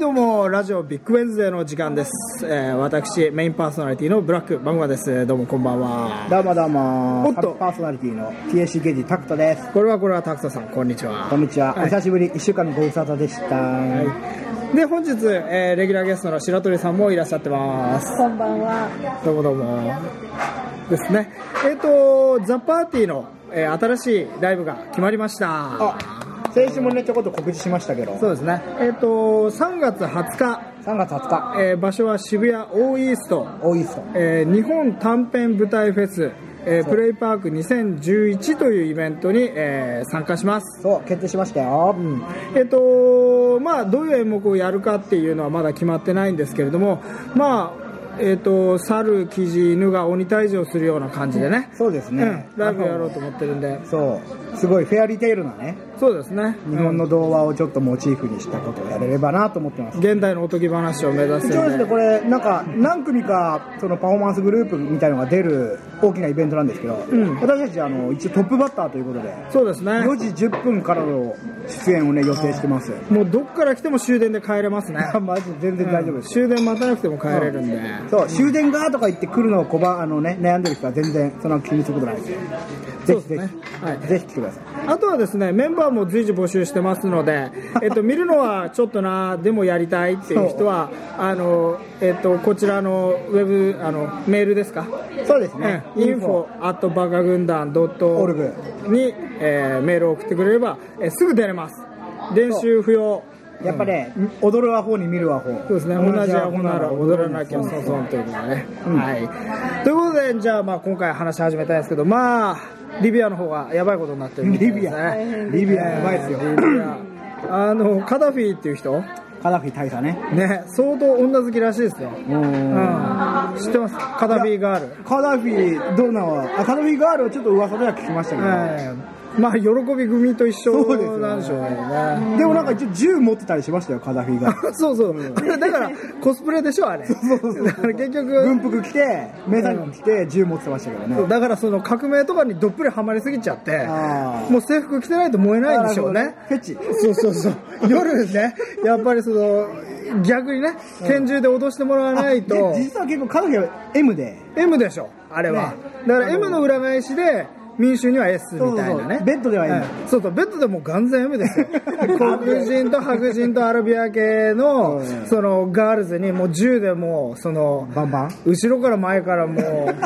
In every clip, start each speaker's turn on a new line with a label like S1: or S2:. S1: ジオビッグウェンズデーの時間です、えー私メインパーソナリティのブラックマグマですどうもこんばんは
S2: どうもどうも
S1: おっと
S2: ハッピーパーソナリティの TAC ゲージタクトです
S1: これはこれはタクトさんこんにちは
S2: こんにちは、
S1: はい
S2: お久しぶり1週間のご無沙汰でした、
S1: で本日、えーレギュラーゲストの白鳥さんもいらっしゃってます
S3: こんばんは。
S1: どうもどうもですねえっ、とザ・パーティーの、えー新しいライブが決まりました
S2: あ先週もねちょこっと告知しましたけど
S1: そうですねえっ、と3月20日、
S2: 3月20日
S1: えー場所は渋谷オーイースト
S2: 大イースト
S1: えー日本短編舞台フェス、えープレイパーク2011というイベントに、えー参加します。
S2: そう決定しましたよ、
S1: えっ、と、まあ、どういう演目をやるかっていうのはまだ決まってないんですけれども、まあ、えっ、と、猿、キジ、犬が鬼退治をするような感じでね、
S2: そうですね、
S1: うんライブやろうと思ってるんで、
S2: そうすごいフェアリーテイルなね
S1: そうですね。
S2: 日本の童話をちょっとモチーフにしたことをやれればなと思ってます
S1: うん、現代のおとぎ話を目指す
S2: 一応です
S1: ん
S2: ね
S1: で、
S2: これなんか何組かそのパフォーマンスグループみたいのが出る大きなイベントなんですけど、
S1: ん
S2: 私たちあの一応トップバッターということで
S1: そうですね。
S2: 4時10分からの出演をね予定して ます
S1: もうどっから来ても終電で帰れますね。
S2: あマジ全 然大丈夫です、
S1: 終電待たなくても帰れるんで。
S2: そう終電がとか言って来るのを拒あの、ね、悩んでる人は全然そんなの気にすることないですよぜ
S1: そ
S2: ひ
S1: う
S2: ぜ
S1: ですね
S2: ひ、
S1: はい
S2: ぜひ来てください
S1: あとはですね、メンバーも随時募集してますの で、えっと、見るのはちょっとな、でもやりたいっていう人は、あの、えっと、こちらのウェブ、あの、メールですか、
S2: そうですね、
S1: うん、info@ バカ軍団 .org に、えーメールを送ってくれれば、えーすぐ出れます。練習不要。
S2: やっぱね、踊るアホに見るアホ
S1: そうですね、同じアホなら踊らなきゃ
S2: そう
S1: 損
S2: そう
S1: 損ということでね、はい。ということで、じゃあ、まあ、今回話し始めたいんですけど、まあ、リビアの方がやばいことになってるみたい
S2: リ
S1: です
S2: ビ
S1: ね
S2: アリビアやばいですよ
S1: いやあのカダフィっていう人
S2: カダフィ大佐ね
S1: ね相当女好きらしいですよ、う
S2: う
S1: んん、知ってますカダフィガール、
S2: カダフィどうなのあカダフィガールはちょっと噂では聞きましたけど、
S1: ええまあ喜び組と一
S2: そうです
S1: 緒
S2: よね
S1: なんでしょうね
S2: でもなんか一応銃持ってたりしましたよカダフ ィが
S1: そうそう、だからコスプレでしょあれ
S2: そうそうそう
S1: だから結
S2: 軍
S1: 局
S2: 服着てメダル着て銃持ってましたけどね
S1: だからその革命とかにどっぷりはまりすぎちゃって
S2: あー
S1: もう制服着てないと燃えないんでしょうね
S2: フェチ
S1: そうそうそう。夜ね、やっぱりその、逆にね、拳銃で脅してもらわないと、
S2: で実は結構カダフィは M で
S1: M でしょ、あれは。
S2: ね
S1: だから M の裏返しで、民衆には S みたい
S2: そう
S1: な
S2: そう
S1: ね。
S2: そうベッドでは M
S1: いそうそう、ベッドでもう完全 M ですよ。黒人と白人とアラビア系の
S2: そう、ね
S1: その、ガールズに、もう銃でもう、その、
S2: バンバン
S1: 後ろから前から もう、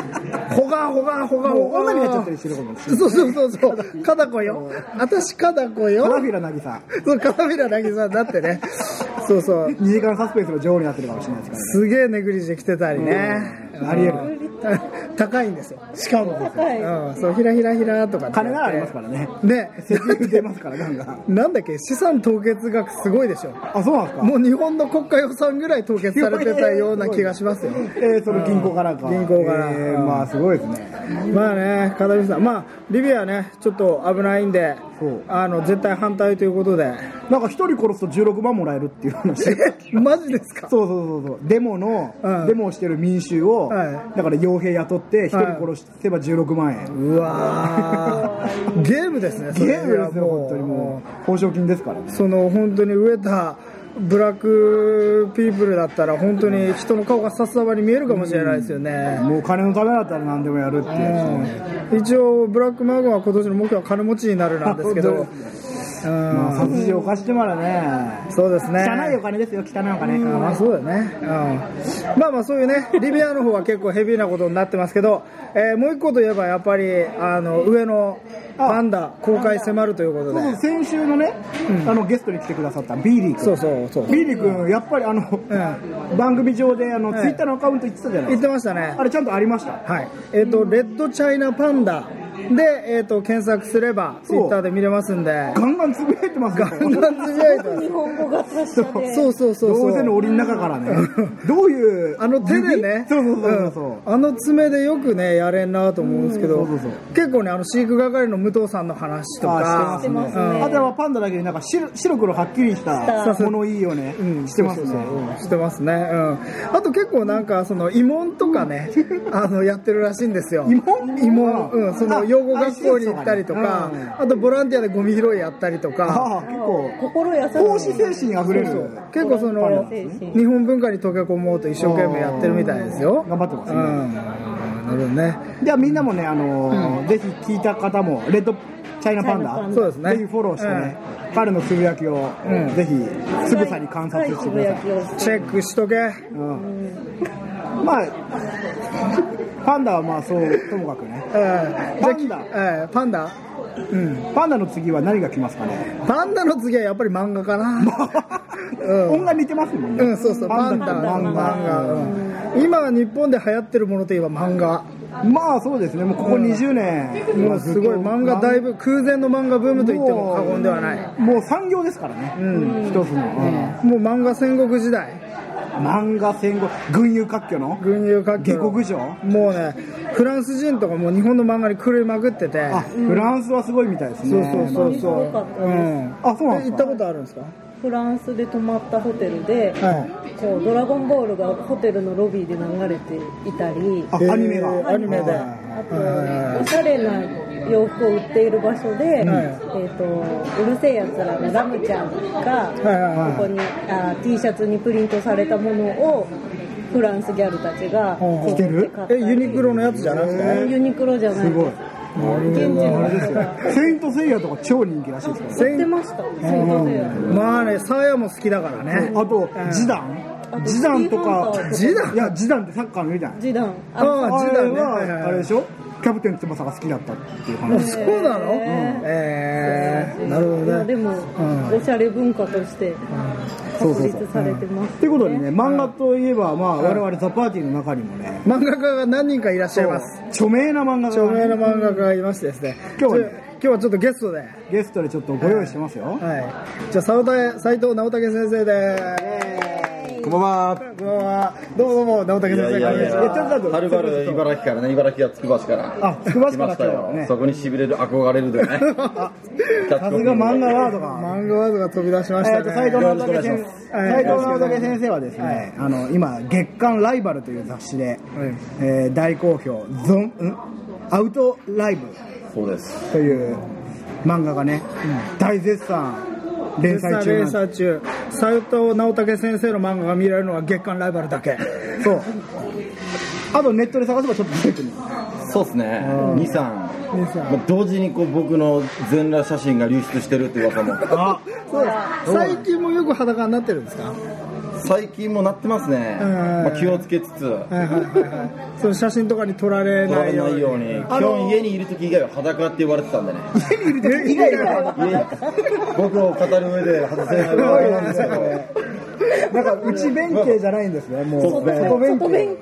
S1: ほがほがほがほ
S2: もう
S1: が。
S2: 女になっちゃったりしてるかもしれない
S1: そうそうそうそう、かだこよ。私かだこよ。
S2: カダフィラ渚
S1: そう、カナビラ渚になってね。そうそう。
S2: 2時間サスペンスの女王になってるかもしれないです
S1: すげえネグリジェ着てたりね。
S2: うんあり得る
S1: る。高いんですよ。しかも。
S3: 高い
S1: うん、そう、ひらひらひらとかってやって。
S2: からね金ならありますからね
S1: ね。
S2: 石油出ますからガンガ ン
S1: なんだっけ、資産凍結額すごいでしょ。
S2: あそうなんですか
S1: もう日本の国家予算ぐらい凍結されてたような気がしますよ。
S2: えー、その銀行からか
S1: 銀行から
S2: えーまあすごいですね
S1: まあね、片桐さん、まあ、リビアね、ちょっと危ないんで
S2: そう、
S1: あの、絶対反対ということで。
S2: なんか一人殺すと16万もらえるっていう話
S1: え、マジですか
S2: そうそうそうそうデモの、
S1: うん
S2: デモをしてる民衆を、
S1: は
S2: だから傭兵雇って一人
S1: はい
S2: 殺せば16万円、
S1: うわー ゲームですね、そ
S2: ゲ
S1: れ
S2: ームですよ
S1: いや
S2: 本当にもう報奨金ですからね
S1: その本当に飢えたブラックピープルだったら本当に人の顔がさっさばに見えるかもしれないですよね、
S2: もう金のためだったら何でもやるっていうやつね
S1: うん一応ブラックマグマは今年の目標は金持ちになるなんですけど
S2: 本
S1: うん
S2: まあ、殺人を犯してまだね
S1: そうですね
S2: 汚いお金ですよ汚いお金
S1: あまあそうだよね、うん、まあまあそういうねリビアの方は結構ヘビーなことになってますけど、えーもう一個といえばやっぱりあの上のパンダ公開迫るということ
S2: そうそう
S1: で
S2: 先週のね、あのゲストに来てくださったビーリー君
S1: そうそうそう
S2: ビーリー君やっぱりあの、
S1: う
S2: 番組上であの、
S1: はい
S2: ツイッターのアカウント言ってたじゃない
S1: 言
S2: で
S1: っ
S2: すか
S1: てましたね
S2: あれちゃんとありました
S1: はいえっとレッドチャイナパンダで、えっと検索すればツイ
S2: そう
S1: ッターで見れますんで
S2: ガンガンつぶやいてますよ
S1: ガンガンつぶやいてます
S3: 日本語が達者で。
S1: そうそうそう
S2: どう
S1: そ
S2: せの
S1: う
S2: 檻の中からね、どういう、
S1: あの手でね
S2: そうそうそうそう、
S1: うんあの爪でよくねやれんなと思うんですけど
S2: うんそうそうそう
S1: 結構ねあの飼育係の武藤さんの話と
S2: あ
S1: か
S2: してますね、
S1: うん
S2: あとはパンダだけでなんか白白黒はっきりした
S1: た
S2: ものいいよね、
S1: うん
S2: してますね
S1: そうそうそうしてますね、うん、あと結構なんかその慰問とかね、あのやってるらしいんですよ
S2: 慰問
S1: 慰問、うん、そのそう養護学校に行ったりとか、
S2: あ施設とかね
S1: あとボランティアでゴミ拾いやったりと
S2: あ
S1: か
S2: あ、結構、
S3: 心優しい
S2: 奉仕精神あふれる。
S1: そう結構その
S3: 精神
S1: 日本文化に溶け込もうと一生懸命やってるみたいですよ
S2: 頑張ってます
S1: う
S2: ね
S1: んなるほどね
S2: じゃあみんなもね、あのーぜひ聞いた方も、レッドチャイナパン
S3: チャイナパ
S2: ダ、
S3: ン
S1: ダそうですね
S2: ぜひフォローしてね、彼のつぶやきを、
S1: うん
S2: ぜひ、つぶさに観察してください。
S3: はいつぶやきを
S1: チェックしとけ
S2: うん、まあ、パンダはまあそう、ともかくね。
S1: パ
S2: パン
S1: ダパンダ
S2: うん、パンダの次は何が来ますかね。
S1: パンダの次はやっぱり漫画かなうん
S2: 音が似てますもんね。
S1: うんそうそうパンダ
S2: パン
S1: 漫
S2: ダ
S1: 画漫画うん今日本で流行ってるものといえば漫画
S2: まあそうですね、もうここ20年、
S1: もうすごい漫画だい
S2: ぶ
S1: ぶ空前の漫画ブームと言っても過言ではない
S2: もう産業ですからね、
S1: うん
S2: 一つの、
S1: もう漫画戦国時代
S2: 漫画戦後、群雄割拠の、
S1: 群雄割拠
S2: 下克上
S1: もうねフランス人とかもう日本の漫画に狂いまくってて
S2: あフランスはすごいみたいです
S1: そう
S2: ね、
S1: そうそう
S3: す
S1: そ
S3: ご
S1: う
S3: かったです
S1: うん
S2: あそうなんです
S1: 行
S2: か
S1: ったことあるんですか
S3: フランスで泊まったホテルで、
S1: は
S3: こうドラゴンボールがホテルのロビーで流れていたり
S2: あ
S3: あ
S1: えー
S2: アニメが、
S1: アニメで
S2: あ
S3: と
S1: はい
S3: おしゃれな洋服を売っている場所で、
S1: はい
S3: えー、とうるせえやつらのラムちゃんが
S1: はいはいはい
S3: ここにあ T シャツにプリントされたものをフランスギャルたちが
S2: うん
S3: こう
S2: 着てる
S3: 持って買った
S1: え
S3: り
S1: ユニクロのやつじゃなく
S2: え
S1: て
S3: ユニクロじゃない
S2: すごい、
S3: 現地
S2: あ
S3: の
S2: れです
S3: 人
S2: よ
S3: が、
S2: セイント・セイヤとか超人気らしいですからね、
S3: 売ってましたそうだよ
S1: まあねサーヤも好きだからね
S2: あと
S1: うん、
S2: ジダン、
S3: と
S2: ジダンとか、
S1: ジダン
S2: いや、ジダンってサッカーのいるじゃない、
S3: 示談
S1: あ
S2: あ
S1: ジ
S2: れ
S1: ダンねはいはいはい
S2: は、あれでしょ、キャプテン翼が好きだったっていう
S1: あ
S2: 話。
S1: そうなの
S3: うん
S1: えーなるほ
S3: いや
S1: どね
S3: でも、
S1: ん
S3: おしゃれ文化として
S2: そうそう
S3: 確
S2: そう
S3: 立されてます、ね
S2: ということでね、漫画といえば、まあ、我々ザ・パーティーの中にもね、
S1: 漫画家が何人かいらっしゃいます
S2: 著名な漫画
S1: 著名な
S2: が
S1: 漫画家がいましてですね
S2: 今日はね
S1: ちょ今日はちょっとゲストではい
S2: ゲストでちょっとご用意してますよ。
S1: じゃあ斉藤斉藤直武先生で
S4: こんばんは。
S1: すこんばんはどうもどうも直武先
S4: いや
S1: 生
S4: いやい
S1: こんにちは
S4: や、はるばる茨城からね、茨城やつくば市から。
S2: あつくば市から
S4: 来ました
S2: 今日は
S4: よ
S2: ね。
S4: そこにしびれる、憧れるでね。さ
S2: さすが漫画ワードが。
S1: 漫画ワードが飛び出しまし
S2: え
S1: た
S2: っと、
S1: ね
S2: 斉藤直武
S4: よ
S2: 先
S4: ろしくお願いし
S2: 生、
S4: ま
S1: はい
S2: 斉藤直武先生はですね、あの、今、月刊ライバルという雑誌で、えー大好評、ゾン、んアウトライブ
S4: そうです。
S2: という漫画がね、大絶賛連
S1: 絶賛
S2: 載中な
S1: 連
S2: んで
S1: 載中斉藤直武先生の漫画が見られるのは月刊ライバルだけ
S2: す。そう。あと、ネットで探せばちょっと出てくる。
S4: そうですね。二三。まあ同時にこう僕の全裸写真が流出してるって噂も
S2: あ
S1: そうです最近もよく裸になってるんですか
S4: 最近もなってますね、
S1: うん
S4: まあ、気をつけつつ
S1: はいはいはいはいその写真とかに撮られ
S4: 撮ら
S1: な
S4: れ
S1: いよ
S4: な
S1: う
S4: い
S1: に
S4: ように基本家にいる時以外は裸って言われてたんでね
S2: 意外だ
S4: 家に僕を語る上で外せないワードなん ですけ
S2: な
S4: ど
S2: んか内弁慶じゃないんですね、もう
S4: そうですね
S2: 外弁
S3: 外弁
S2: 慶。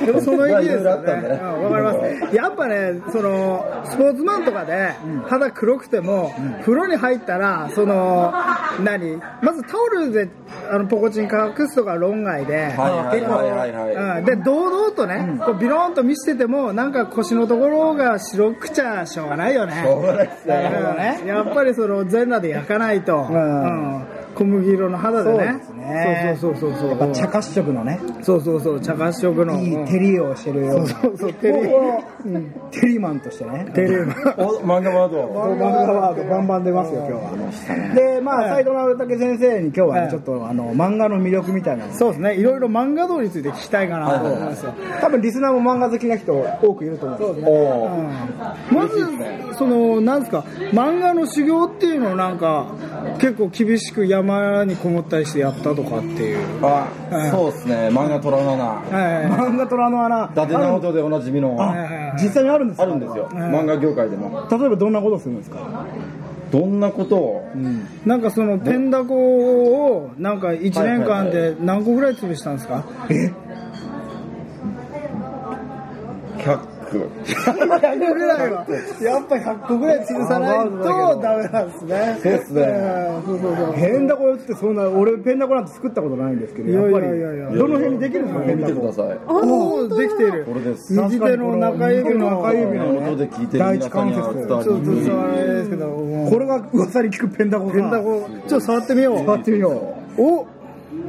S3: 慶、
S1: でもその意義ですよ
S4: まあいろいろあった
S1: ね
S4: んでね
S1: うんわかりますやっぱねそのスポーツマンとかで肌黒くても、風呂に入ったらその何まずタオルであのポコチン隠すとか論外で、
S4: はいはいはいはいはい
S1: うんで堂々とね、こうビローンと見せててもなんか腰のところが白くちゃしょうがないよね
S4: しょうがないですね
S1: うんやっぱりその全裸で焼かないと、
S2: ん
S1: うん小麦色の肌で
S2: そう
S1: ね
S2: ですね。
S1: そうそうそうそう
S2: やっぱ茶褐色のね、
S1: そうそうそう茶褐色の
S2: いい
S1: テ
S2: 照りをしてるような。
S1: そうそうテリ
S2: テリーマンとしてね。
S1: テリの
S4: お漫画ワード
S2: 漫画ワードバンバン出ますよ、今日は。で、まあ、斎藤直武先生に今日は
S1: は
S2: ね、
S1: い
S2: ちょっと、あの、漫画の魅力みたいなのを。
S1: そうですねいろいろ漫画道について聞きたいかなと思いますよ
S2: 多分、リスナーも漫画好きな人多くいると思うんですよ。
S4: おー
S1: まずそのなんですか漫画の修行っていうのをなんか結構厳しく山にこもったりしてやったとかっていう
S4: あ
S1: うん、
S4: そうですね。漫画トラウマな。
S1: は
S2: 漫画虎の穴、
S4: 伊達直人でおなじみの。
S1: い
S4: あ
S1: はいはい
S2: 実際にあるんですか
S4: るんですよ。漫画業界でも。
S2: 例えばどんなことするんですか
S4: どんなことを、
S1: なんかそのペンダコをなんか1年間
S4: は
S1: で何個ぐらい潰したんですか
S4: 100。
S1: 100ぐらいはやっぱ100個ぐらい潰さないとダメなんですね
S4: そうっすね
S1: うんそうそうそう
S2: ペンダコやつってそんな、俺ペンダコなんて作ったことないんですけど、やっぱり、
S1: いやいやいやいや
S2: どの辺にできるんですか、ペン
S4: 見
S2: ダ
S4: てく
S2: コ
S4: だ。さい。
S1: おーできている
S4: これです
S1: 右手の中指の
S2: 中指のね
S4: 音で聞いてる
S2: 第
S4: 皆
S2: 一
S4: さん
S2: 関
S4: に
S2: 節
S4: は伝わ
S1: ちょっと
S4: りに
S1: 触れないですけども
S2: これが噂に聞くペンダコ
S1: ペンダコちょっと触ってみよう
S2: 触ってみよう。
S1: お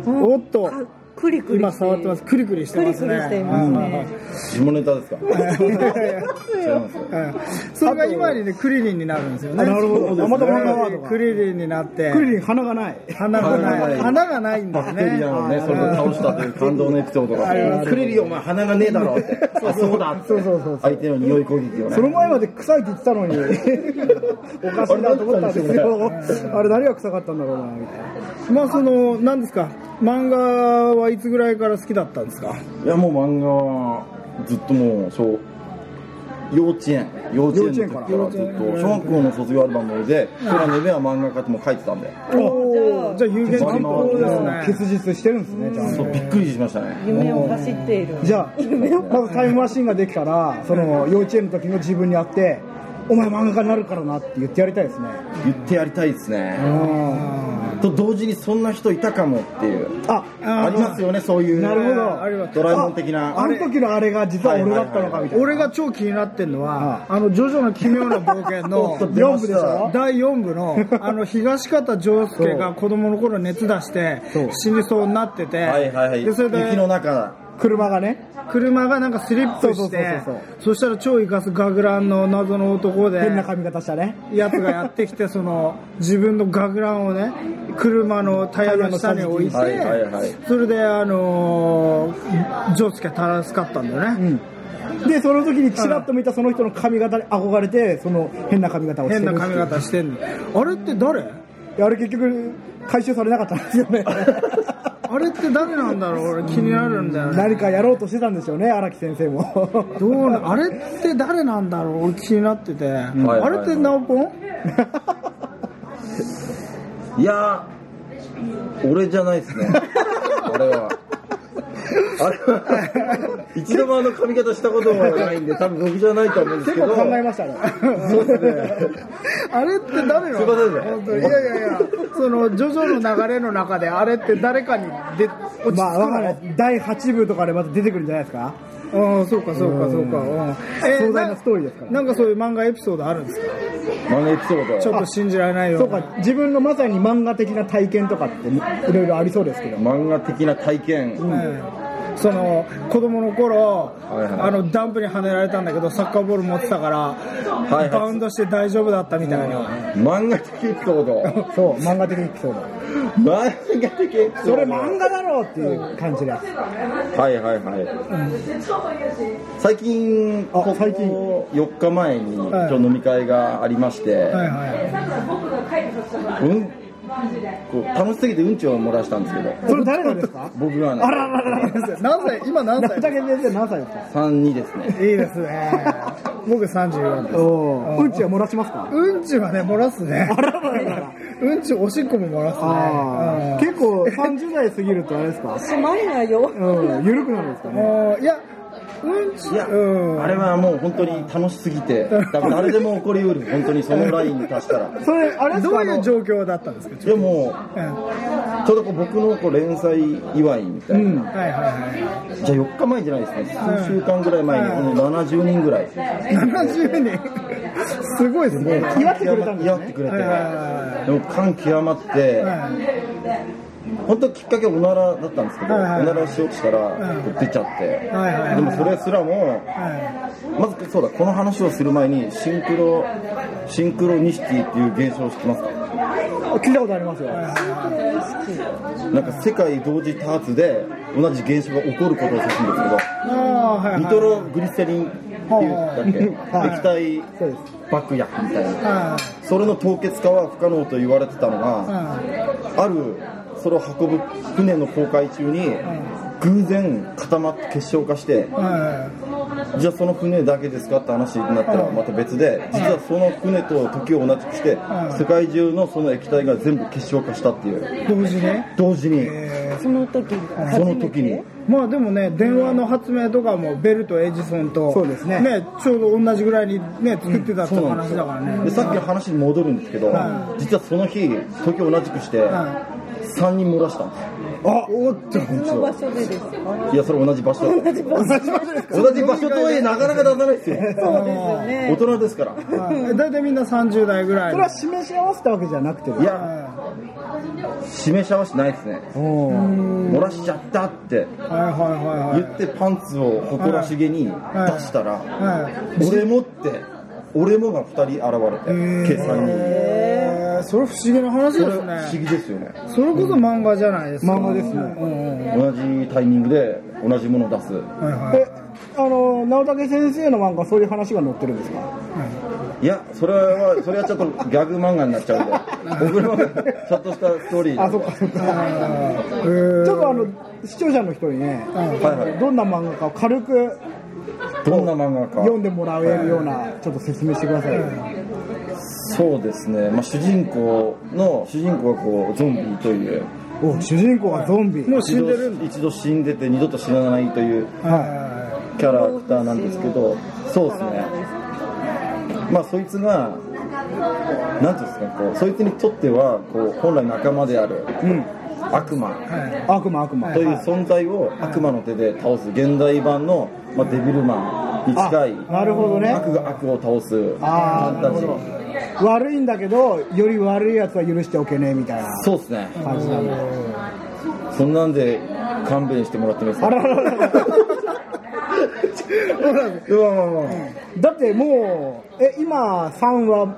S1: おっと
S3: クリクリ
S1: 今触ってますクリクリしてますね
S3: クリクリしていますね
S1: はいはいはい
S4: 下ネタですか違いますよ
S1: うんそれが今にねクリリンになるんですよね
S2: あなる
S1: そ
S2: ほど
S1: うですね
S2: また花があるのか
S1: クリリンになって
S2: クリリン鼻がない
S1: 花が
S4: 花が
S1: な
S4: ないい
S1: 花がないんだ
S4: バ
S1: よ
S4: ク
S1: ね
S4: テリアのね、それを倒したという感動のエピソードが。くれるよ、お前、鼻がねえだろって。あ、そうだって。
S2: そうそうそう
S4: 相手の匂い攻撃をね。
S2: その前まで臭いって言ってたのにおかしいなと思ったんですよあれ何が臭かったんだろうなみたいな
S1: まあその何ですか漫画はいつぐらいから好きだったんですか
S4: いや、もう漫画は、ずっともう、そう。幼稚園幼稚園の時
S2: 幼
S4: からずっと小学校の卒業アルバムで空の夢は漫画家ってもう書いてたんで
S1: おおじゃあ有言実行ですね
S2: 結実してるんですねちゃん
S4: そう
S2: と
S4: びっくりしましたね
S3: 夢を走っている
S2: じゃあまずタイムマシンができたらその幼稚園の時の自分に会って「お前漫画家になるからな」って言ってやりたいですね
S4: 言ってやりたいですねと同時にそんな人いたかもっていう
S2: あ
S4: ありますよねそういう
S2: なるほど
S1: あります
S4: ドラえもん的な
S2: ああの時のあれが実は俺だったのかみたいな
S1: 俺が超気になってるのは、あの、ジョジョの奇妙な冒険 の
S2: 4部でしょ
S1: 第4部 の、あの、東方丈介が子供の頃熱出して
S2: そう、
S1: 死にそうになってて、
S4: はいはいはい
S1: で、それ
S4: 雪の
S1: で、
S4: 中だ
S2: 車がね
S1: 車がなんかスリップして
S2: そうそうそう、
S1: そしたら超イカスガグランの謎の男で、
S2: 変な髪型したね
S1: やつがやってきて、その、自分のガグランをね、車のタイヤの下に置いて、
S4: はいはいはい
S1: それで、あのー、ジョスケ助かったんだよね。
S2: でその時にちらっと見たその人の髪型に憧れてその変な髪型をして
S1: 変
S2: る
S1: な
S2: っていう
S1: 髪型してんの。あれって誰
S2: いやあれ結局回収されなかったんですよ ね
S1: あれって誰なんだろう俺気になるんだよね。
S2: 何かやろうとしてたんでしょうね荒木先生も
S1: どうな、あれって誰なんだろう俺気になってて。
S4: ん
S1: あれってナオポン
S4: いやー、俺じゃな いですね。あれは。あれは、一度もあの髪型したこともないんで、多分僕じゃないと思うんです
S2: 結
S4: けど。
S2: 構考えましたね
S4: そうですね。
S1: あれって誰なの
S4: すいませんね
S1: 本当にいやいやいや、その、ジョジョの流れの中であれって誰かにで落ち着く
S2: まあわかんな
S1: の
S2: い第8部とかでまた出てくるんじゃないですか
S1: ああそうかそうかそうか、うんえ
S2: 壮大なストーリーですから
S1: なんかそういう漫画エピソードあるんですか
S4: 漫画エピソー
S1: ち
S4: ド。
S1: ょっと信じられないよ
S2: そうか自分のまさに漫画的な体験とかっていろいろありそうですけど
S4: 漫画的な体験。
S1: うんその子供の頃、
S4: はいはい
S1: あのダンプに跳ねられたんだけどサッカーボール持ってたから、
S4: はい
S1: バウンドして大丈夫だったみたいな、
S4: 漫画的エピソード。
S2: そう漫画的エピソード
S4: 漫画的エピソード。
S2: それ漫画だろうっていう感じです
S4: はいはいはい。最近、
S2: あ最近
S4: 4日前に、
S1: はい
S4: 今日飲み会がありまして、
S1: はいはい
S4: うん、こう楽しすぎてうんちを漏らしたんですけど、
S2: それ誰のですか
S4: 僕はね
S2: あ、ららららら
S1: 何歳今何歳
S2: だけ先生何歳ですか
S4: 32ですね。
S1: いいですね僕34です
S2: おうんちは漏らしますか
S1: うんちはね漏らすねうんちおしっこも漏らすね
S2: ああ、結構30代過ぎるとあれですか、
S3: しまいなよ
S2: うん、緩くなるんですか
S1: うん
S2: ね。
S1: もういやうんち
S4: いや、
S1: うん
S4: あれはもう本当に楽しすぎて、多分誰でも起こりうる、本当にそのラインに達したら。
S2: それ、あれです
S1: ど
S2: か
S1: う
S2: あ
S1: いう
S2: の
S1: 状況だったんですか、
S4: でも、
S1: うんは
S4: ちょうどこう僕のこう連載祝いみたいな、
S1: いはいはい
S4: じゃあ4日前じゃないですね、数週間ぐらい前に、この70人ぐらい、
S1: 70人すごいですねはい
S2: 祝ってくれたんですね
S4: 祝ってくれて、
S1: はいは
S4: でも感極まって、本当きっかけはおならだったんですけど、
S1: はいはい
S4: おならしようとしたら、こう出ちゃっ
S1: は
S4: て、
S1: いはいはい
S4: でもそれすらも、
S1: はい
S4: まずそうだこの話をする前にシンクロシンクロニシティっていう現象を知ってますか
S2: 聞いたことありますよ。
S4: なんか世界同時多発で同じ現象が起こることを指すんですけど
S1: ああはいはい
S4: ニトログリセリンっていうだっけ液体爆薬みたいな
S1: は
S4: それの凍結化は不可能と言われてたの
S1: い
S4: が
S1: はい
S4: あるそれを運ぶ船の航海中に偶然固まって結晶化して
S1: は
S4: じゃあその船だけですかって話になったらまた別で実はその船と時を同じくして世界中のその液体が全部結晶化したっていう
S1: い同時に
S4: 同時に
S3: その時
S4: そ
S3: 初
S4: の
S3: め
S4: 時に
S3: て
S1: まあでもね電話の発明とかもベルとエジソンと
S2: そうですね
S1: ちょうど同じぐらいにね作ってたって
S4: そうなん
S1: 話
S4: です
S1: だ
S4: よ
S1: からね
S4: でさっきの話に戻るんですけど
S1: は
S4: 実はその日時を同じくして
S1: は
S4: 世3人漏らしたんで
S2: あおっと
S3: 別の場所でですか
S4: すいやそれ同じ場所だ
S3: 同
S4: った
S3: じ場所そうです
S4: 同じ場所とはいえなかなか出さないですよ
S3: よ
S4: 大
S3: ね
S4: 人ですから
S1: はい大体みんな30代ぐらい
S2: それは示し合わせたわけじゃなくて
S4: いや示し合わせてないですね
S2: おー
S4: 漏らしちゃったって
S1: はいはいはいはい
S4: 言ってパンツを誇らしげに出したら
S1: はい
S4: 俺もって俺もが2人現れて計算に
S1: えーそれ不思議な話で
S4: これ不
S1: す
S4: 思
S1: ね
S4: 議ですよね
S1: それこそ漫画じゃないですか
S2: 漫画ですね
S1: うんうん
S4: 同じタイミングで同じものを出す
S1: はいはい
S2: えあの直武先生の漫画そういう話が載ってるんですか
S4: いやそれはそれはちょっとギャグ漫画になっち ゃうんで僕のちゃんとしたストーリー
S2: あそっかそっか
S1: えー
S2: ちょっとあの視聴者の人にね
S4: はいはい
S2: どんな漫画かを軽く
S4: どんな漫画か
S2: 読んでもらえるようなちょっと説明してください
S4: そうですね、まあ、主人公の主人公がこうゾンビという
S2: お主人公はゾンビ
S1: もう死んでるんだ
S4: 一度一度死んでて二度と死なないという
S1: は
S4: キャラクターなんですけどそうですねまあそいつがなんていうんですかこうそいつにとってはこう本来仲間である
S2: うん
S4: 悪魔
S1: いはい
S2: 悪魔悪魔
S4: という存在を悪魔の手で倒す現代版の、まあ、デビルマンに近い
S2: なるほどね
S4: 悪が悪を倒すフ
S2: あ
S4: ァ
S2: あな
S4: ンタ
S2: るほ
S4: ジ
S2: ど
S4: ー
S2: 悪いんだけどより悪いやつは許しておけねえみたいな
S4: そうですね
S2: 感じなんだ
S4: そんなんで勘弁してもらってもいいです
S2: あ
S4: から
S2: ららら
S4: うわまあまあまあ
S2: だってもうえ今3話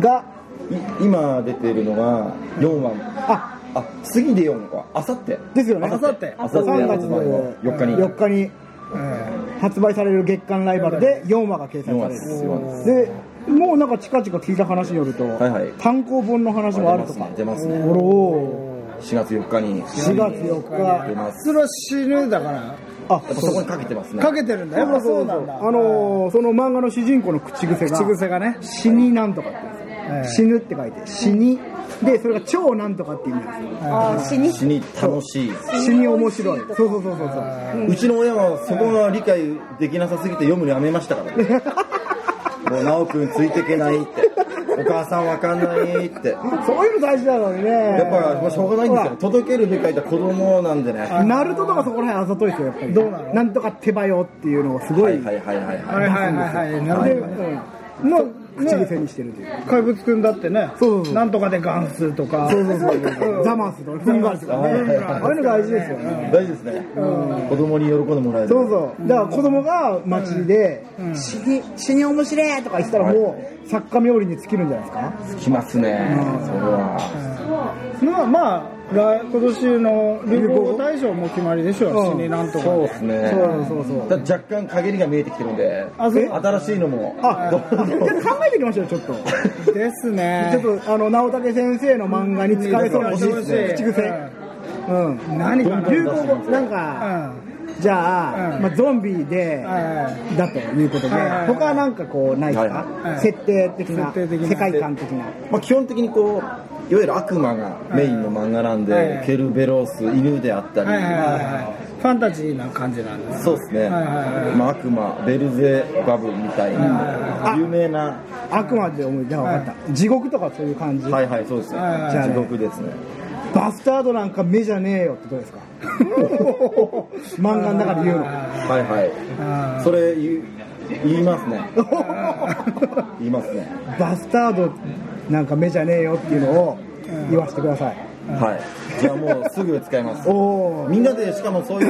S2: が
S4: い今出ているのが4話
S2: あ
S4: あ次で4かあさって
S2: ですよね
S4: あさって
S2: あ
S4: あ
S2: さ
S4: さ
S2: っ
S4: ってて
S2: 3月
S4: 発売
S2: の
S4: の4日に
S2: 4日に
S1: え
S2: 発売される月刊ライバルで4話が掲
S4: 4
S2: 載
S4: 話で
S2: さ
S4: す4話です
S2: れるでもうなんか近々聞いた話によると、
S4: はいはい
S2: 単行本の話もあるとか
S4: 出ますね出
S2: お
S4: ますね
S2: ろ
S4: 4月4日に
S2: 4月4
S4: 出
S2: 日
S1: ー
S4: ます
S1: それは死ぬだから
S2: あ
S4: やっぱそこにかけてますね
S1: かけてるんだやっぱそうなんだ
S2: あのーその漫画の主人公の口癖が
S1: 口癖がね
S2: 死になんとかって言うんです
S1: え
S2: よ、
S1: え
S2: 死ぬって書いて死にでそれが超なんとかって意味なんですよ
S3: あー死に
S4: 死に楽しい
S2: 死に面白いそうそうそうそうそう
S4: うちの親はそこが理解できなさすぎて読むのやめまし たからねもう直くんついてけないってお母さんわかんないってやっ
S2: そういうの大事なのにねや
S4: ぱ、まあ、しょうがないんですよ届けるべきは子供なんでねは
S2: ナルトとかそこら辺あざといですよやっぱり
S1: どうなの
S2: んとか手羽よっていうのをすごい、
S4: いはいはいは
S1: は
S4: いはいい
S1: はいはいはいな
S4: は
S1: る
S4: い
S1: ほどね
S2: の
S1: ね
S2: 口癖にしてるという
S1: 怪物くんだってね
S2: そうそうそう
S1: なんとかでガンスとか
S2: そうそうそうザマスとかフンガーとか
S4: はいは
S2: ね
S4: いはい
S2: ああいうの大事ですよね
S4: 大事ですね子供に喜んでもらえる
S2: そうそうだから子供が祭りで「死に死に面白い!」とか言ってたらもう作家冥利に尽きるんじゃないですか
S4: うきますねそれは
S1: まあまあ来今年の流行語大賞も決まりでしょ
S2: う
S1: うん死になんとか
S4: そうですね
S2: そうそうそう
S4: ただ若干陰りが見えてきてるんで
S2: あそう
S4: 新しいのも
S2: あ
S4: どんどん
S2: じゃあ考えてきましょうちょっと
S1: です
S2: ち
S1: ね
S2: ょっとあの直武先生の漫画に使えそうな口
S1: そうそう
S2: 癖うん
S1: 何かな
S2: 流行語なんかじゃあ、
S1: うん
S2: まあ、ゾンビで、
S1: は
S2: だということで、
S1: はいはいはい
S2: 他はなんかこうないですか、
S4: はい
S1: はい
S2: 設定的な
S1: 設定的な
S2: 世界観的な
S4: まあ、基本的にこういわゆる悪魔がメインの漫画なんで、
S1: はい
S4: ケルベロス犬であったり、
S1: はいはいはいはいファンタジーな感じなんです
S4: そうですね、
S1: はいはいはい
S4: まあ、悪魔ベルゼバブみたいな有名な
S2: 悪魔で思いじゃあ分かった、地獄とかそういう感じ、
S4: はいはいそうですね
S1: はいはい
S2: はい
S4: 地獄ですね
S2: バスタードなんか目じゃねえよって どうですか漫画の中で言うの
S4: はいはいそれ言う言いますね言いますね
S2: バスタードなんか目じゃねえよっていうのを言わせてください、
S4: はいじゃあもうすぐ使います
S2: おおー
S4: みんなでしかもそうい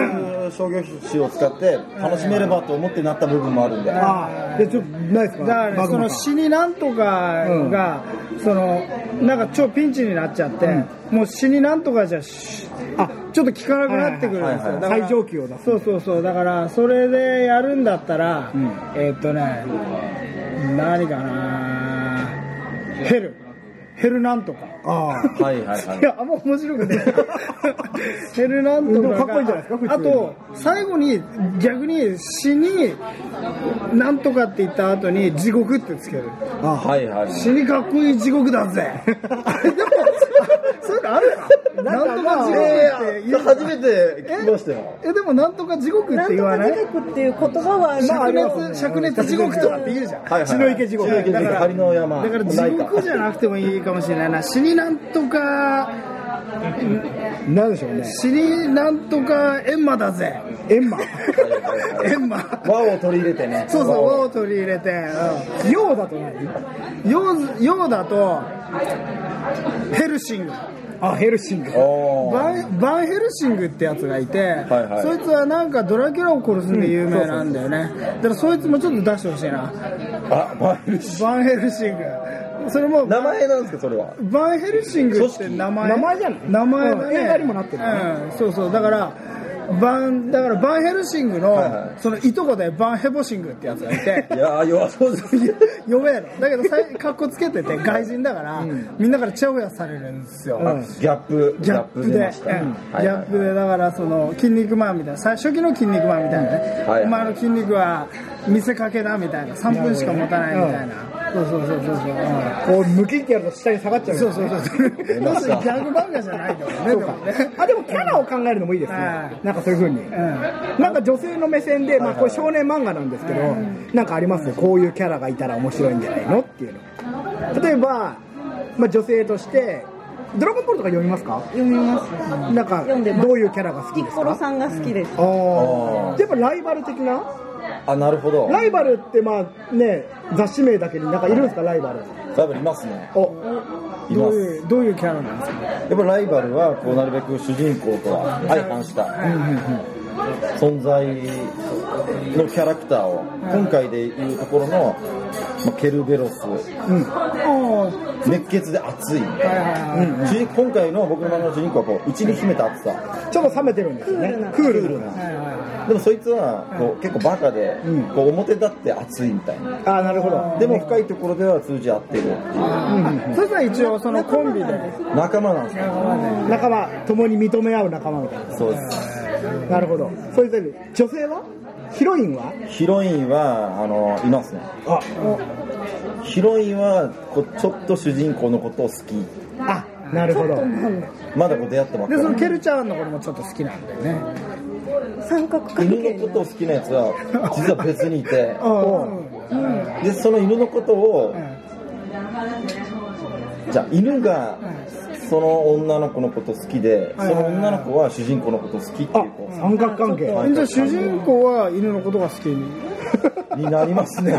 S4: う商業誌を使って楽しめればと思ってなった部分もあるんで
S2: ああでちょっとないですか
S1: だからね
S2: マグ
S1: そ
S2: マ
S1: の
S2: さん
S1: 死になんとかがそのなんか超ピンチになっちゃってもう死になんとかじゃし
S2: あ
S1: ちょっと聞かなくなってくるんです
S4: はいはいは
S1: よ
S4: い
S1: だから
S2: 最上級を出す
S1: そうそうそうだからそれでやるんだったら、
S2: ん
S1: えーっとね何かなヘルヘルなんとか
S2: ああ
S4: はいはいはい
S1: いやあんま面白くないヘルなんと
S2: でも
S1: か
S2: かっこいいんじゃないですか普通に
S1: あと最後に逆に死になんとかって言った後に地獄ってつける
S4: はいはい
S1: 死にかっこいい地獄だぜあれでもそういうのあるか
S2: なん
S1: な
S2: か
S1: んと
S2: まあ
S1: か地
S4: い
S1: 獄
S4: や
S1: って
S4: いや初めて聞きましたよ
S1: えでもなんとか地獄っ
S3: な
S1: て
S3: ん
S1: 言
S3: と
S1: わ
S3: か
S1: ない
S3: 地獄っていう言葉は
S1: まあ、
S3: あ
S1: 灼
S3: る
S1: 熱灼熱地獄とかって言うじゃん
S4: はいはい
S2: 血の池地獄
S4: 血の池地
S1: だ
S4: 獄
S1: から
S4: 針の山
S1: だから地獄じゃなくてもいいかもしれないな死になんとか
S2: なんでしょうね。
S1: 尻なんとかエンマだぜ
S2: エンマ。
S1: エンマ
S4: 和を取り入れてね。
S1: そうそう
S4: 和
S1: 和
S4: を。
S1: を取り入れて、
S2: ようだと何
S1: うん、ようようだとヘルシング
S2: あ、ヘルシング。
S4: おー
S1: バンバンヘルシングってやつがいて、
S4: いはい
S1: そいつはなんかドラキュラを殺すんで有名なんだよね、だからそいつもちょっと出してほしいな
S4: あ、バイル
S1: バンヘルシングそれも
S4: 名前なんですか、それは。
S1: バンヘルシングって名前
S2: 名前じゃない
S1: 名前だね、
S2: うん映画にもなってるよ
S1: うん、そうそうだからバンだからバンヘルシングの、
S4: はいはい
S1: そのいとこでバンヘボシングってやつがい て
S4: いやー、弱そうですね。
S1: 弱えのだけどさいかっこつけてて外人だから、みんなからチヤホヤされるんですよ、
S4: あギャップ、
S1: ギャップで、う
S4: 出
S1: ん
S4: ま
S1: ギ
S4: し
S1: ャ
S4: たはいはいはい
S1: ップでだからその筋肉マンみたいな、最初期の筋肉マンみたいなね、
S4: はい
S1: お前の筋肉は見せかけだみたいな、3分しか持たないみたいな、そうそうそうそうそう、
S2: こう、向きってやると下に下がっちゃう。
S1: そうそうそうそう、ギ
S4: ました
S1: ャグ漫画じゃないけどね、で
S2: そう
S1: も
S2: か
S1: ね。
S2: あ、でもキャラを考えるのもいいですね
S1: は。
S2: なんかそういう風に。
S1: うん
S2: なんか女性の目線で、まあこれ少年漫画なんですけど、なんかありますね。こういうキャラがいたら面白いんじゃないのっていうの。例えば、まあ女性として、ドラゴンボールとか読みますか
S3: 読みます
S2: なんか、
S3: 読んでます
S2: どういうキャラが好き
S3: ピ
S2: です
S3: ッコロ
S2: か
S3: さんが好きです、
S2: ああ
S4: あ。ー
S2: やっぱライバル的な
S4: あ、なるほど。
S2: ライバルってまあね、雑誌名だけになんかいるんですか、ライバル。
S4: ライバルいますね。
S2: お、
S4: い
S1: ど
S4: ま
S1: う
S4: す。
S1: いうどういうキャラなんですか
S4: やっぱライバルは、こう、なるべく主人公とは相反した存在のキャラクターを、今回でいうところの、まあケルベロス、熱血で熱い。主人今回の僕の漫画の主人公は、こう、内に秘めた熱さ。
S2: ちょっと冷めてるんですよね。
S4: クールな。でもそいつはこう結構バカで、こう表立って熱いみたいな。
S2: ああ、なるほど。
S4: でも深いところでは通じ合ってるっていう
S1: それは一応そのコンビで
S4: 仲間なんですよ。
S2: 仲間、共に認め合う仲間みたい
S4: そうです。
S2: な。なるほど。そういうタイプ女性はヒロインは
S4: ヒロインはあのいますね。
S2: あ、
S4: ヒロインはこうちょっと主人公のことを好き。
S2: あ、なるほど。
S4: まだこう出会ってばっ
S1: でその
S4: か
S1: ケルチャーのこともちょっと好きなんだよね
S3: 三角関
S4: り。
S3: 係
S4: 犬の
S3: の
S4: ことを好きなやつは実は別にいて、
S2: お
S4: でその犬のことを、じゃあ犬がその女の子のこと好きで、その女の子は主人公のこと好きっていう
S2: あ
S4: こ、う
S2: 三角関係。
S4: はい
S1: じゃあ主人公は犬のことが好きに
S4: になりますね。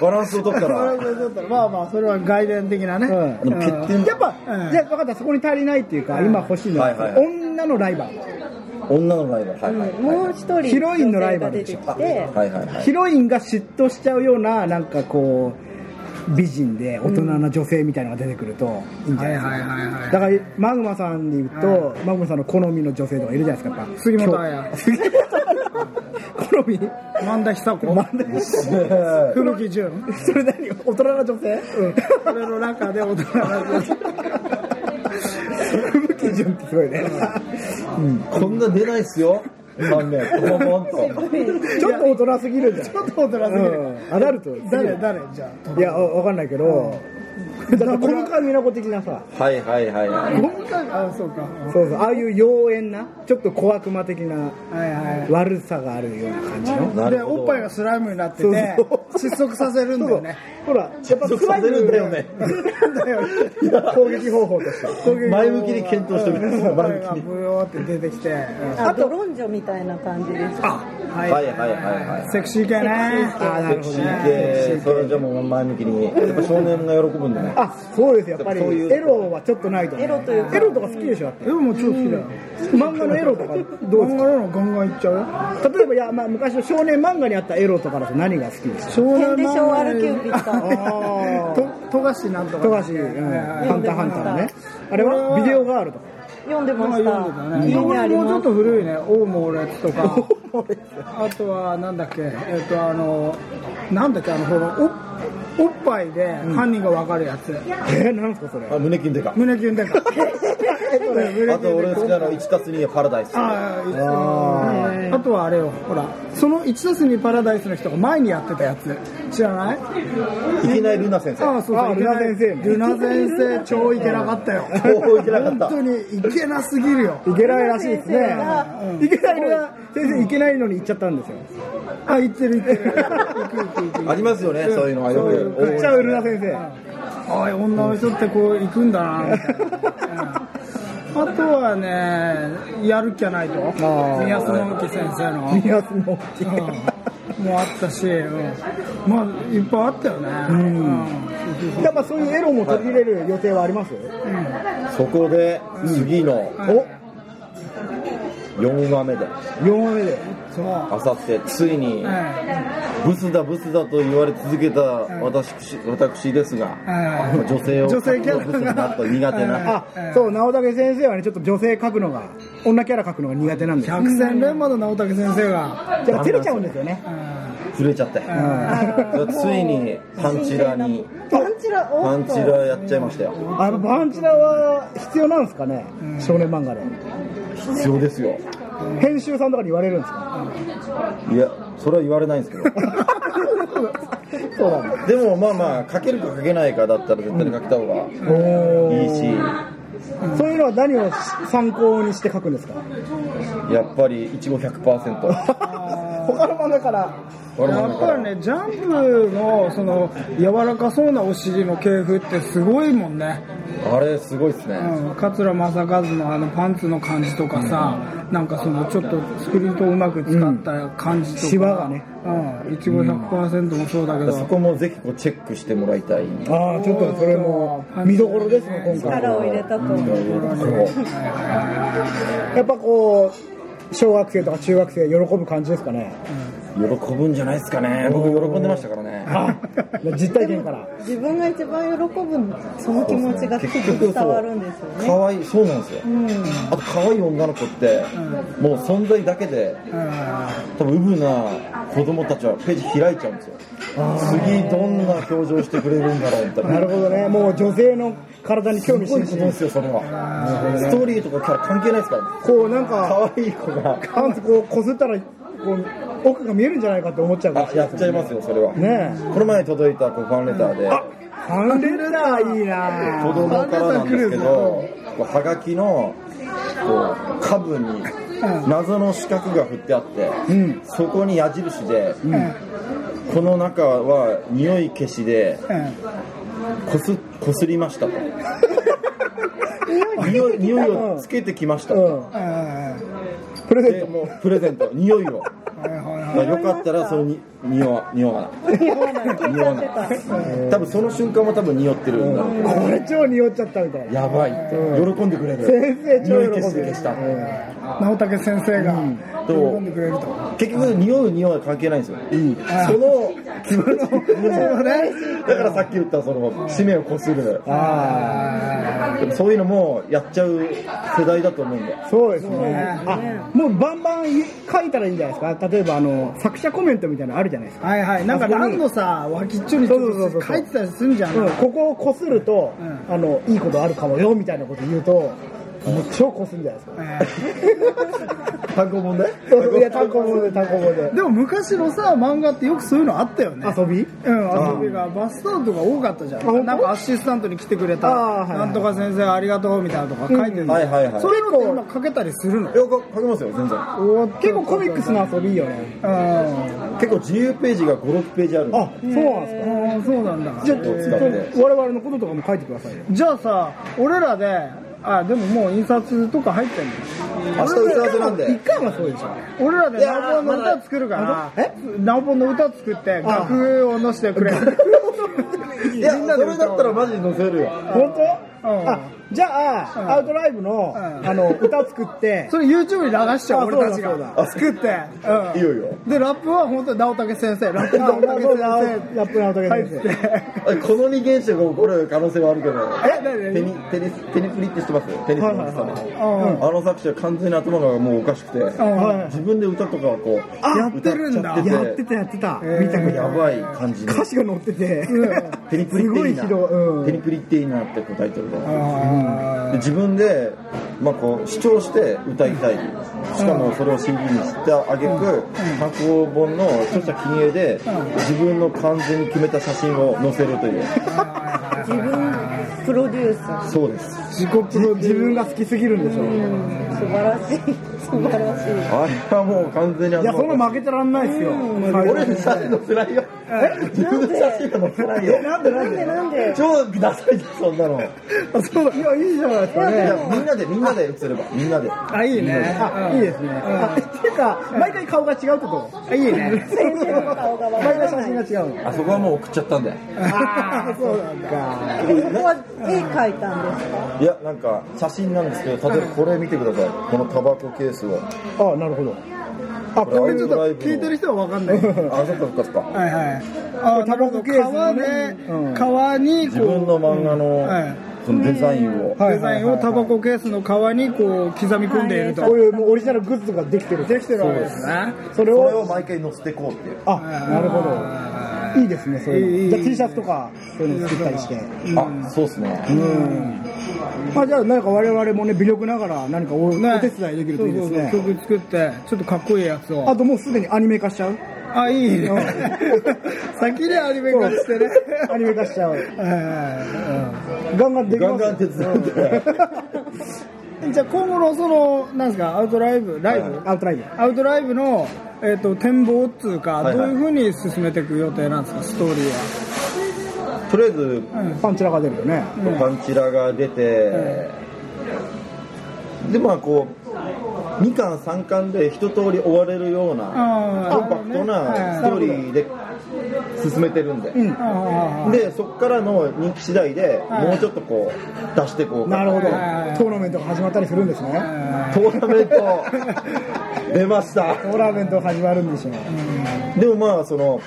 S4: バランスを取ったら。
S1: まあまあそれは外伝的なね、
S2: うん
S4: でも欠点
S2: やっぱ、
S1: うん
S2: じゃあ分かった、そこに足りないっていうか、今欲しいのは、
S4: はいはい
S2: 女のライバル。
S4: 女のライバル。はいはい。
S3: もう一人
S2: ヒロインのライバル
S3: 女性が出
S2: でしてょ
S3: きて
S4: はいはいはい。
S2: ヒロインが嫉妬しちゃうような、なんかこう、美人で大人な女性みたいなのが出てくるといいんじゃないですか。
S1: はいはいはいはい
S2: だから、マグマさんで言うと、マグマさんの好みの女性とかいるじゃないですか、やっぱ。
S1: 杉本彩
S2: 杉本彩。好み
S1: 萬田久子古木純
S2: それ何大人な女性
S1: それの中で大人な女性
S2: 吹雪純ってすごいね。
S4: こんな出ないっすよ。三名。ポンポンと。
S2: ちょっと大人すぎるんじゃない
S1: ちょっと大人すぎる、
S2: うんアダルトです
S1: 誰誰じゃ
S2: いや、わわかんないけど、だから、このかみなこ的なさ、
S4: はいはいはいは
S1: あ
S4: い。
S1: ゴミかあそうか
S2: そうそう、ああいう妖艶な、ちょっと小悪魔的な
S1: はいは
S2: 悪さがあるような感じの。
S4: ない
S1: で
S4: るほど
S1: おっぱいがスライムになって
S2: そう
S1: て
S2: そう
S1: 窒息させるんだよね
S2: ほら、やっぱスライ
S4: 窒息させるん
S2: ム
S4: だよね
S2: だよ 攻撃方法として。
S4: 前向きに検討して みて
S1: おっぱい
S4: 前
S1: が
S4: 向きに。
S1: ブヨーって出てきて
S3: あとロンジョみたいな感じです
S1: あはい
S4: はいはいはいはい
S1: セクシー系ね
S2: あーな
S4: セ
S2: る
S4: ク
S2: ほ
S4: シ
S2: ど
S4: ー
S2: ね。
S4: 系、それじゃもう前向きに。やっぱ少年が喜ぶんだね。
S2: あ、そうです、やっぱり。
S4: そういう
S2: エロはちょっとないと思う。
S3: エロというか
S2: エロとか好きでしょ、だって
S1: で。ももう超好きだよ
S2: 漫画のエロとかどうで
S1: 漫画なのガンガンいっちゃうよ
S2: すか例えば、いや、まあ、昔の少年漫画にあったエロとかだと何が好きですか
S1: 少
S3: 天で昭和ルキューピッ
S2: あ
S3: ド
S1: と
S2: あ
S1: 富樫なんとか
S2: 富樫、うんハンターハンターのね。あれはビデオガールとか。
S3: 読んでま
S1: まあ
S3: し
S1: 読んでた
S3: た
S1: ね。
S3: 家
S1: 日
S3: にあ
S1: 本
S3: り
S1: もうちょ
S3: ま
S1: っ
S3: す
S1: と古いね。オウモレツとか。あとはなんだっけ。えっとあのなんだっけあのほらおおっぱいで犯人がわかるやつ。
S2: え、なんすかそれ。
S4: あ、胸キュンでか。
S1: 胸キュンで か。胸キュンでか
S4: あと俺好きなの1たす2はパラダイス。
S1: あーいいっすねあとはあれよほらその1たす2パラダイスの人が前にやってたやつ知らない
S4: いきなりルナ先
S1: あ
S4: 生。
S1: あそう
S2: あ
S1: そう
S2: ー
S1: いけない
S2: ルナ先生ね
S1: ルナ先生超いけなかったよ
S4: 超いけなかった
S1: 本当にいけなすぎるよ
S2: いけないらしいですね
S3: 先生が。
S2: いけないのが、先生いけないのに行っちゃったんですよ。
S1: あ行ってる行ってる行く行く行く
S4: ありますよね、そういうのはよく。
S2: 行っちゃうルナ先生。
S1: おい女の人ってこう行くんだなみたいなうんあとはね、やるっきゃないと、
S2: ー
S1: 宮園のき先生の、
S2: 宮津の
S1: うんもうあったし、うんまあ、いっぱいあったよね。うん
S2: やっぱそういうエロも取り入れる予定はあります、
S4: そこで次の
S2: お
S4: 4話目で
S2: 4話目で
S1: そう
S4: あさってついに
S1: え
S4: ブスだブスだと言われ続けた私私ですが
S1: ええ
S4: 女性を
S1: 女性キャラが
S4: ブスになった苦手な
S2: あそう直武先生はねちょっと女性描くのが女キャラ描くのが苦手なん
S1: え
S2: ですよ
S1: 百戦錬磨の直武先生が、
S2: だから照れちゃうんですよね
S4: 触れちゃってついにパンチラに
S3: パンチラ、おっ
S4: パン
S3: と
S4: チラやっちゃいましたよ
S2: あのバンチラは必要なんですかね、少年漫画で
S4: 必要ですよ
S2: 編集さんとかに言われるんですか
S4: いやそれは言われないんですけど
S2: そうなんだ
S4: でもまあまあ書けるか書けないかだったら絶対に書けた方が
S2: お
S4: いい
S2: ー
S4: し
S2: そういうのは何を参考にして描くんですか
S4: やっぱりいちご100%
S2: 他の漫画から
S4: 俺
S1: や
S4: も
S1: っぱりね、ジャンプのその柔らかそうなお尻の系譜ってすごいもんね、
S4: あれすごいっすね、
S1: うん、桂正和のあのパンツの感じとかさ、なんかそのちょっとスプリントをうまく使った感じとか、
S2: シワがね、
S1: うん、いちご100%もそうだけど、
S4: そこもぜひこうチェックしてもらいたい
S2: ああちょっとそれも見どころですね今回
S3: 力を入れたと。
S4: そう
S2: やっぱこう小学生とか中学生が喜ぶ感じですかね
S4: 喜ぶんじゃないですかね僕喜んでましたからね
S2: 実体験から
S3: 自分が一番喜ぶその気持ちがすぐ伝わるんですよね。
S4: 可愛いそうなんですよ、あと可愛い女の子って、もう存在だけで多分ウブな子供たちはページ開いちゃうんですよ次どんな表情してくれるんだろうみたいな
S2: なるほどねもう女性の体に興味
S4: すごい
S2: 津
S4: こと
S2: 々
S4: ですよそれは、ストーリーとかキャラ関係ないですからね
S2: こうなんか
S4: 可愛い子が
S2: パンツこうこすったらこう奥が見えるんじゃないかって思っちゃうかも
S4: あ
S2: しれ
S4: や
S2: ない
S4: っちゃいますよそれは、
S2: ね
S4: この前届いたこうファンレターで、
S2: えハンレターいいな
S4: 子供からなんですけど、
S1: あ
S4: こうはがきのこう下部に謎の四角が振ってあって、
S2: ん
S4: そこに矢印で、この中は匂い消しでこすこすりましたと。匂い匂いをつけてきました、
S2: うんプレゼ
S4: で
S2: ント
S4: もうプレゼント匂いをだからよかったらそのに匂わ匂わない匂わない多分その瞬間も多分匂ってるんだろう
S2: これ超匂っちゃったみたいな
S4: やばいって、喜んでくれる
S2: 先生超
S4: 匂い
S2: 喜んでる
S4: 消して消した、
S1: 直武先生が喜
S4: どうん
S1: でくれると、
S4: 結局匂う匂いは関係ないんですよ、その気持ちだからさっき言ったその使命をこするでもそういうのもやっちゃう世代だと思うんで
S2: そうですねあもうバンバン書いたらいいんじゃないですか例えばあの作者コメントみたいなのあるじゃないですか
S1: はいはい、なんか蘭のさ、脇っちょにちょっと書いてたりすんじゃん、
S2: うん、ここをこすると、
S1: ん
S2: あのいいことあるかもよみたいなこと言うと、もう超こすんじゃないですか。
S1: え
S4: 単語問題
S2: いや単行本で単行本で
S1: えでも昔のさ、漫画ってよくそういうのあったよね。
S2: 遊び？
S1: うん、遊びがバスターとか多かったじゃ
S2: 本当
S1: ん。なんかアシスタントに来てくれた、
S2: あーはい
S1: なんとか先生ありがとうみたいなとか書いてるの、
S4: はいはいはい
S1: それのって今かけたりするの
S4: いやか書けますよ全然
S2: 結構コミックスの遊びいいよね。
S1: うん、
S4: 結構自由ページが56ページあるんで
S2: あ、そうなんですか。
S1: うんそうなんだ。
S2: じゃあ、
S4: を使って
S2: 我々のこととかも書いてくださいよ。
S1: じゃあさ、俺らで、あ、でももう印刷とか入ってんの
S4: 明日打ち合わせなん
S2: 一
S4: で
S2: 回はそうでしょ。
S1: 俺らで
S4: いやー
S1: ナオポンの歌作るから
S2: ま、だえ
S1: ナオポンの歌作って、楽譜を載せてく れ。
S4: いやそれだったらマジに載せるよ
S2: 本当？
S1: うん
S2: あ、じゃ
S1: うん
S2: あアウトライブの
S1: うん
S2: あの歌作って、
S1: それ YouTube に流しちゃう、
S2: あ
S1: 俺たち
S2: そうだ
S1: が。作って。うん
S4: いいよいいよ
S1: で、ラップは本当に直武先生、ラップ
S2: あ
S1: 直
S2: なる
S1: 武
S2: ほどラ
S1: 先
S2: ップの
S1: 生
S2: 時
S1: 入
S2: 先
S1: って
S2: 生。。
S4: あこの二原子が起こる可能性はあるけど
S1: え、何
S4: テ
S1: 何
S4: ニテニステニプリって知ってますテニスの
S2: はいはいはい
S1: うん
S4: あの作者完全に頭がもうおかしくて
S1: ん
S4: 自分で歌とかをこ
S1: あ
S4: う
S1: やってるんだ
S4: 歌っちゃ
S2: や
S4: っ
S2: ってて
S4: て
S2: たやってた。
S1: えー
S2: 見たこと
S4: やばい感じに
S2: 歌詞が載ってて、
S4: テニプ
S2: す
S4: リって
S2: ご
S4: い
S2: い
S4: いな
S2: ひどい。うん
S4: テニプリっていいなってこうタイトルが
S1: あ
S4: で自分でまあこう主張して歌いたいしかもそれを CD にしたあげく単行本の著者記入で自分の完全に決めた写真を載せるという
S3: 自分プロデュース。
S4: そうです
S2: 自己プロ自分が好きすぎるんでしょ
S3: うん素晴らしい。素晴らしい。
S4: あれはもう完全に
S2: いやそんな負けてらんないですよ
S4: 俺にさえ載せないよ自分の写真とか載せないよ
S2: なんでなん
S3: なんで
S2: で
S3: なんで
S4: 超ダサいじゃんそんなのい
S2: あそうだいやいいじゃないですかね
S4: やみんなでみんなで写ればみんなで
S1: あ、いいね。
S2: あいいですねあっていうか毎回顔が違うってこと
S1: あいい ね。
S3: 先生の顔がわか
S2: 毎回
S3: ら
S2: 写
S3: ない
S2: 真が違うの
S4: あそこはもう送っちゃったんだよ
S2: ああそうなんだ
S3: えそこは絵描いたんですか
S4: いやなんか写真なんですけど例えばこれ見てくださいこのタバコケースを
S2: あなるほどあ
S4: これ
S2: これちょっと
S1: 聞いてる人はわかんない。
S4: あそっかそっかそっか
S1: はいはい。あ、
S2: タバコケースの
S1: 川
S2: ね
S1: で
S2: うん、
S1: 川に
S4: 自分
S1: こ
S4: の漫画
S1: はい
S4: のそのデザインを
S1: う、デザインをタバコケースの川にこう刻み込んでいると。
S2: こういうもうオリジナルグッズができてるできてるわけです
S1: ね。
S2: それ
S4: それを
S2: を
S4: 毎回載せてこうっていう
S2: あなるほどいいですねそういうのじゃあ T シャツとかそういうの作ったりして
S4: あそうっすね
S2: まあじゃあなんか我々もね微力ながら何かおお手
S1: ね
S2: 伝いできるといいですね
S1: そうそうそう曲作って、ちょっとかっこいいやつを。
S2: あともうすでにアニメ化しちゃう
S1: あ、いいね。先にアニメ化してね。
S2: アニメ化しちゃうガンガンでき
S4: ガン
S2: ます
S4: ガン手伝って
S1: じゃあ今後のその、なんですか、アウトライブ、ライブ
S2: アウトライブ
S1: アウトライブの、えっと展望っつうか、
S4: はいはい
S1: どういうふうに進めていく予定なんですか、ストーリーは。
S4: とりあえず
S2: パンチラが出るよね
S4: パンチラが出て、でまあこう2巻3巻で一通り終われるような
S1: あー
S4: コンパク
S1: なるほ
S4: ト
S1: どねはい
S4: なストーリーで進めてるんで、
S2: うん
S1: あ
S4: でそこからの人気次第で
S1: い
S4: もうちょっとこう出していこうか
S2: なるほどト
S1: はいはいはい
S2: ーナメントが始まったりするんですね
S4: トーナメント出ました
S2: トーナメントが始まるんでしょう
S4: でもまあその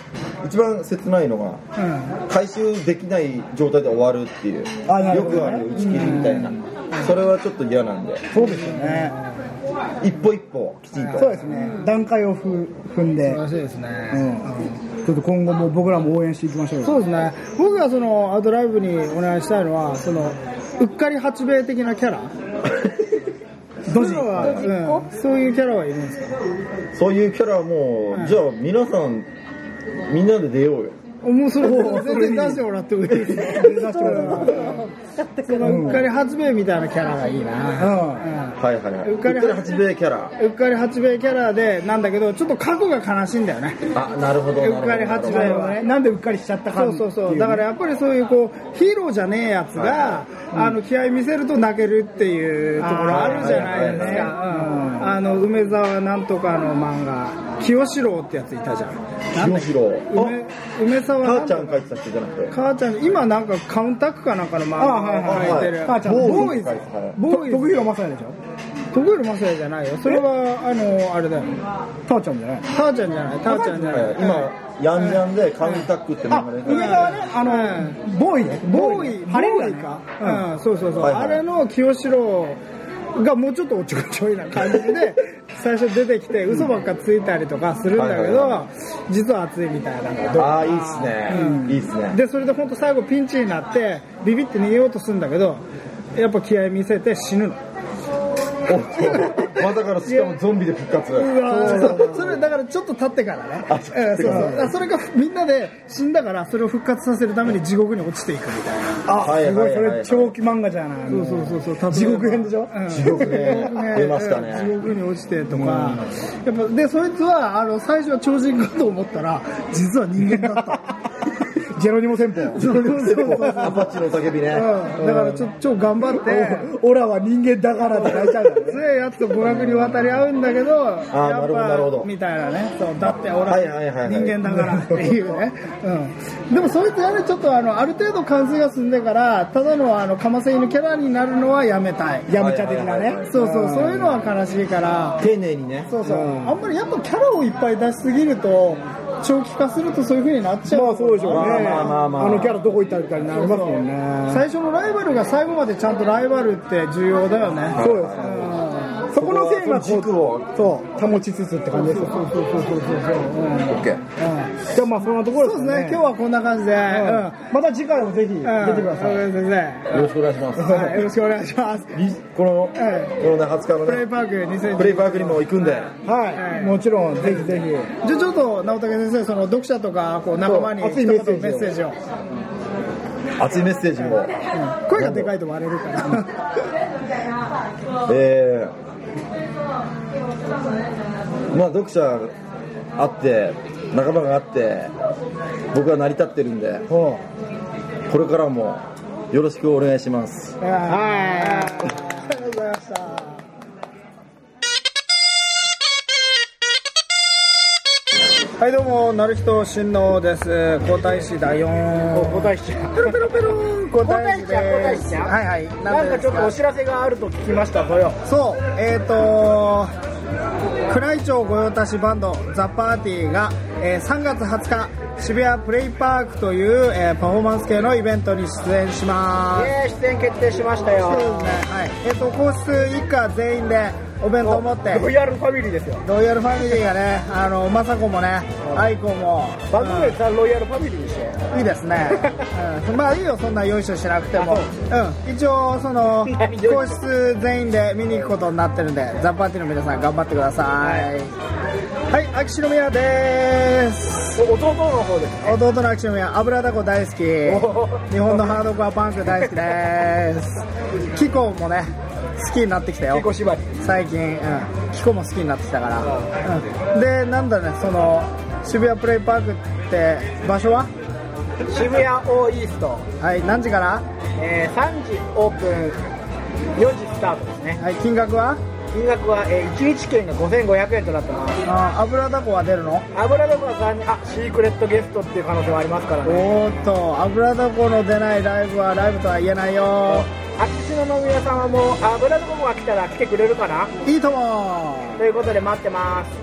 S4: 一番切ないのが
S1: あうん
S4: 回収できない状態で終わるっていう
S2: あなる
S4: よ
S2: ほどね
S4: くある打ち切りみたいなそれはちょっと嫌なんで
S2: そうですよね
S4: 一歩一歩きちんと
S2: そうですね段階を踏踏ん
S1: 素
S2: で
S1: 晴らしいです
S2: う
S1: ね。
S2: んちょっと今後も僕らも応援していきましょうよ
S1: そうですね。僕がそのアウトライブにお願いしたいのは、そのうっかり八兵衛的なキ ャラ。
S2: ド
S1: そういう
S2: ジ
S1: のはうんそういうキャラはいるんですか。
S4: そういうキャラはもう、じゃあ皆さん、みんなで出ようよ。
S1: もうそれ 全然出してもらってもいいですよ。
S3: 使ってくれ
S1: そのうっかり八兵衛みたいなキャラがいいな。
S2: うん
S1: うん
S4: はいはいはい。
S1: うっ
S4: うっ
S1: か
S4: か
S1: り
S4: り八兵衛キャラ。
S1: うっかり八兵衛キャラでなんだけどちょっと過去が悲しいんだよね
S4: あ、なるほど。
S1: うっかり八兵衛はね
S2: なんでうっかりしちゃったか
S1: そう
S2: ってい
S1: そうそうだからやっぱりそういうこうヒーローじゃねえやつが、あの気合い見せると泣けるっていうところあるじゃないですかうんあの梅沢なんとかの漫画清志郎ってやついたじゃん
S4: 清志郎。
S1: 梅梅沢
S4: あ、
S1: な
S4: 母
S1: ん
S4: ち
S1: と
S4: ゃん書いてた人じゃなくて。
S1: 母ちゃん今なんかカウンタックかなんかの漫画書いてる
S2: あはいはいはい母ちゃん
S1: ボーイ
S4: 書い
S1: ズ
S4: てたはい
S1: ボーイ
S2: 徳
S1: ズ
S2: 弘正也でしょ
S1: 徳弘正也じゃないよそれはあのあれだよ
S2: ターちゃんじゃない
S1: 母ちゃんじゃない母ちゃんじゃない
S4: 今、ヤンジャンでカウンタックって名前で書い
S2: 梅
S4: て
S2: 沢ねあのボーイね
S1: ボーイ、
S2: 晴れ
S1: ボ
S2: る
S1: ー
S2: イ
S1: イ
S2: か
S1: か、うん、そうそうそう、
S4: はいはい
S1: あれの清志郎がもうちょっとおっちょこちょいな感じ で、最初出てきて、嘘ばっかついたりとかするんだけ
S4: はいはい
S1: ど、実は熱いみたいな。
S4: た。あー、いいっすね。いいっすね。
S1: で、それで本当最後ピンチになって、ビビって逃げようとするんだけど、やっぱ気合い見せて死ぬの。
S4: お っとまさかのしかもゾンビで復活。
S1: そうそれだからちょっと経ってからね。
S4: あ
S1: うんそうそうあそれがみんなで死んだから、それを復活させるために地獄に落ちていくみたいな。
S2: あ
S4: はい
S2: すごい
S4: はい
S2: そ
S4: はい
S2: れ長期漫画じゃない
S1: そうそうそうそう、
S2: 地獄編でしょ
S1: うん
S4: 地獄ね
S1: ね
S4: 出ました
S1: 地
S4: ね。
S1: 獄に落ちてとか、やっぱでそいつはあの最初は超人かと思ったら実は人間だった
S2: ジェロニモ戦法
S1: そうそうそうそう、うん、だ
S4: アパッチの叫びね。
S1: からちょ超頑張って
S2: オラは人間だからって泣いちゃうんだね
S1: 強いやつと娯楽に渡り合うんだけどやっ
S4: なるほどなるほど
S1: みたいなねそうだって俺
S4: はいはいはいは
S1: はい人間だからっていう ね、うん、でもそいつはねちょっとあのある程度完成が済んでからただのあのかませ犬キャラになるのはやめたい
S2: ヤムチャ的な
S4: はいはいはいは
S2: ね
S4: い
S1: そうそうそういうのは悲しいから
S4: 丁寧にね。
S1: そうそう、あんまりやっぱキャラをいっぱい出しすぎると長期化するとそういう風になっちゃう
S2: まあそうでしょうね
S4: まあまあまあまあ
S2: あのキャラどこ行ったみたいになりますもんね
S1: 最初のライバルが最後までちゃんとライバルって重要だよね、
S2: そうですねそこの線はこう
S4: 軸を
S2: そう保ちつつって感じですよ
S1: そうそうそうそうそうそう、うん
S4: オッケー。
S2: じゃあまあそんなところで
S1: そう
S2: す
S1: ですね
S2: ね
S1: 今日はこんな感じで、うん
S2: うんまた次回もぜひ出てください
S1: うん、先
S4: よろしくお願いします。
S1: 生、はい、よろしくお願いします
S4: りこの、こ
S1: え
S4: のね、20日の
S1: プレイ
S4: ね、
S1: パーク2010
S4: プレイパークにも行くんで、
S2: は、
S1: はいい
S2: もちろん、ぜひぜひ。
S1: じゃあちょっと直武先生その読者とかこう仲間に
S2: そう
S1: 一
S2: 熱い
S1: 言
S2: メ
S1: メ
S2: ッセー
S1: ッセージ
S2: ジを
S1: を、うん
S4: 熱いメッセージも、
S1: 声がでかいと割れるから
S4: えー、まあ、読者あって、仲間があって、僕は成り立ってるんで
S2: ほ
S4: これからもよろしくお願いします
S1: いや
S2: は
S1: ありがとうございました。はい、どうも、なるひとしんのうです。皇太子だよ
S2: い
S1: ーん。
S2: 答えしちゃう
S1: ペロペロペローン、皇太子
S2: 皇太子ちゃん皇
S1: です
S2: 太子。ちゃん
S1: はいはい。
S2: なんかちょっとお
S1: です
S2: 知らせがあると聞きましたそれを
S1: かそう、えっ、ー、と宮内庁御用達バンドザ・パーティーが、えー3月20日渋谷プレイパークという、えーパフォーマンス系のイベントに出演します。
S2: えー出演決定しましたよ
S1: そうですね。はい。えっ、と皇室一家全員でお弁当を持って。
S2: ロイヤルファミリーですよ
S1: ロイヤルファミリーがね、あの、まさこもね、愛子も、
S2: 番組でさロイヤルファミリーにして
S1: うんいいですね。うん、まあいいよ、そんなよいしょしなくても。うん。一応、その、
S2: 何よいしょ
S1: 皇室全員で見に行くことになってるんで、ザ・パーティーの皆さん頑張ってください。はい、秋篠宮です。
S2: お弟の方です
S1: 弟の秋篠宮、油だこ大好き。
S2: お
S1: 日本のハードコアパンク大好き です。キコもね、好きになってきたよ。
S2: 結構縛り
S1: 最近、うん、キコも好きになってきたから、うん、でなんだねその渋谷プレイパークって場所は
S2: 渋谷オーイースト、
S1: はい何時から
S2: えー3時オープン4時スタートですね
S1: はい金額は
S2: 金額は、えー1日券が5500円となってます
S1: あー油だこは出るの
S2: 油だこは残念あシークレットゲストっていう可能性もありますからね
S1: おーっと油だこの出ないライブはライブとは言えないよ
S2: 秋篠宮さんはもう油だこが来たら来てくれるかない
S1: いとも
S2: ということで待ってます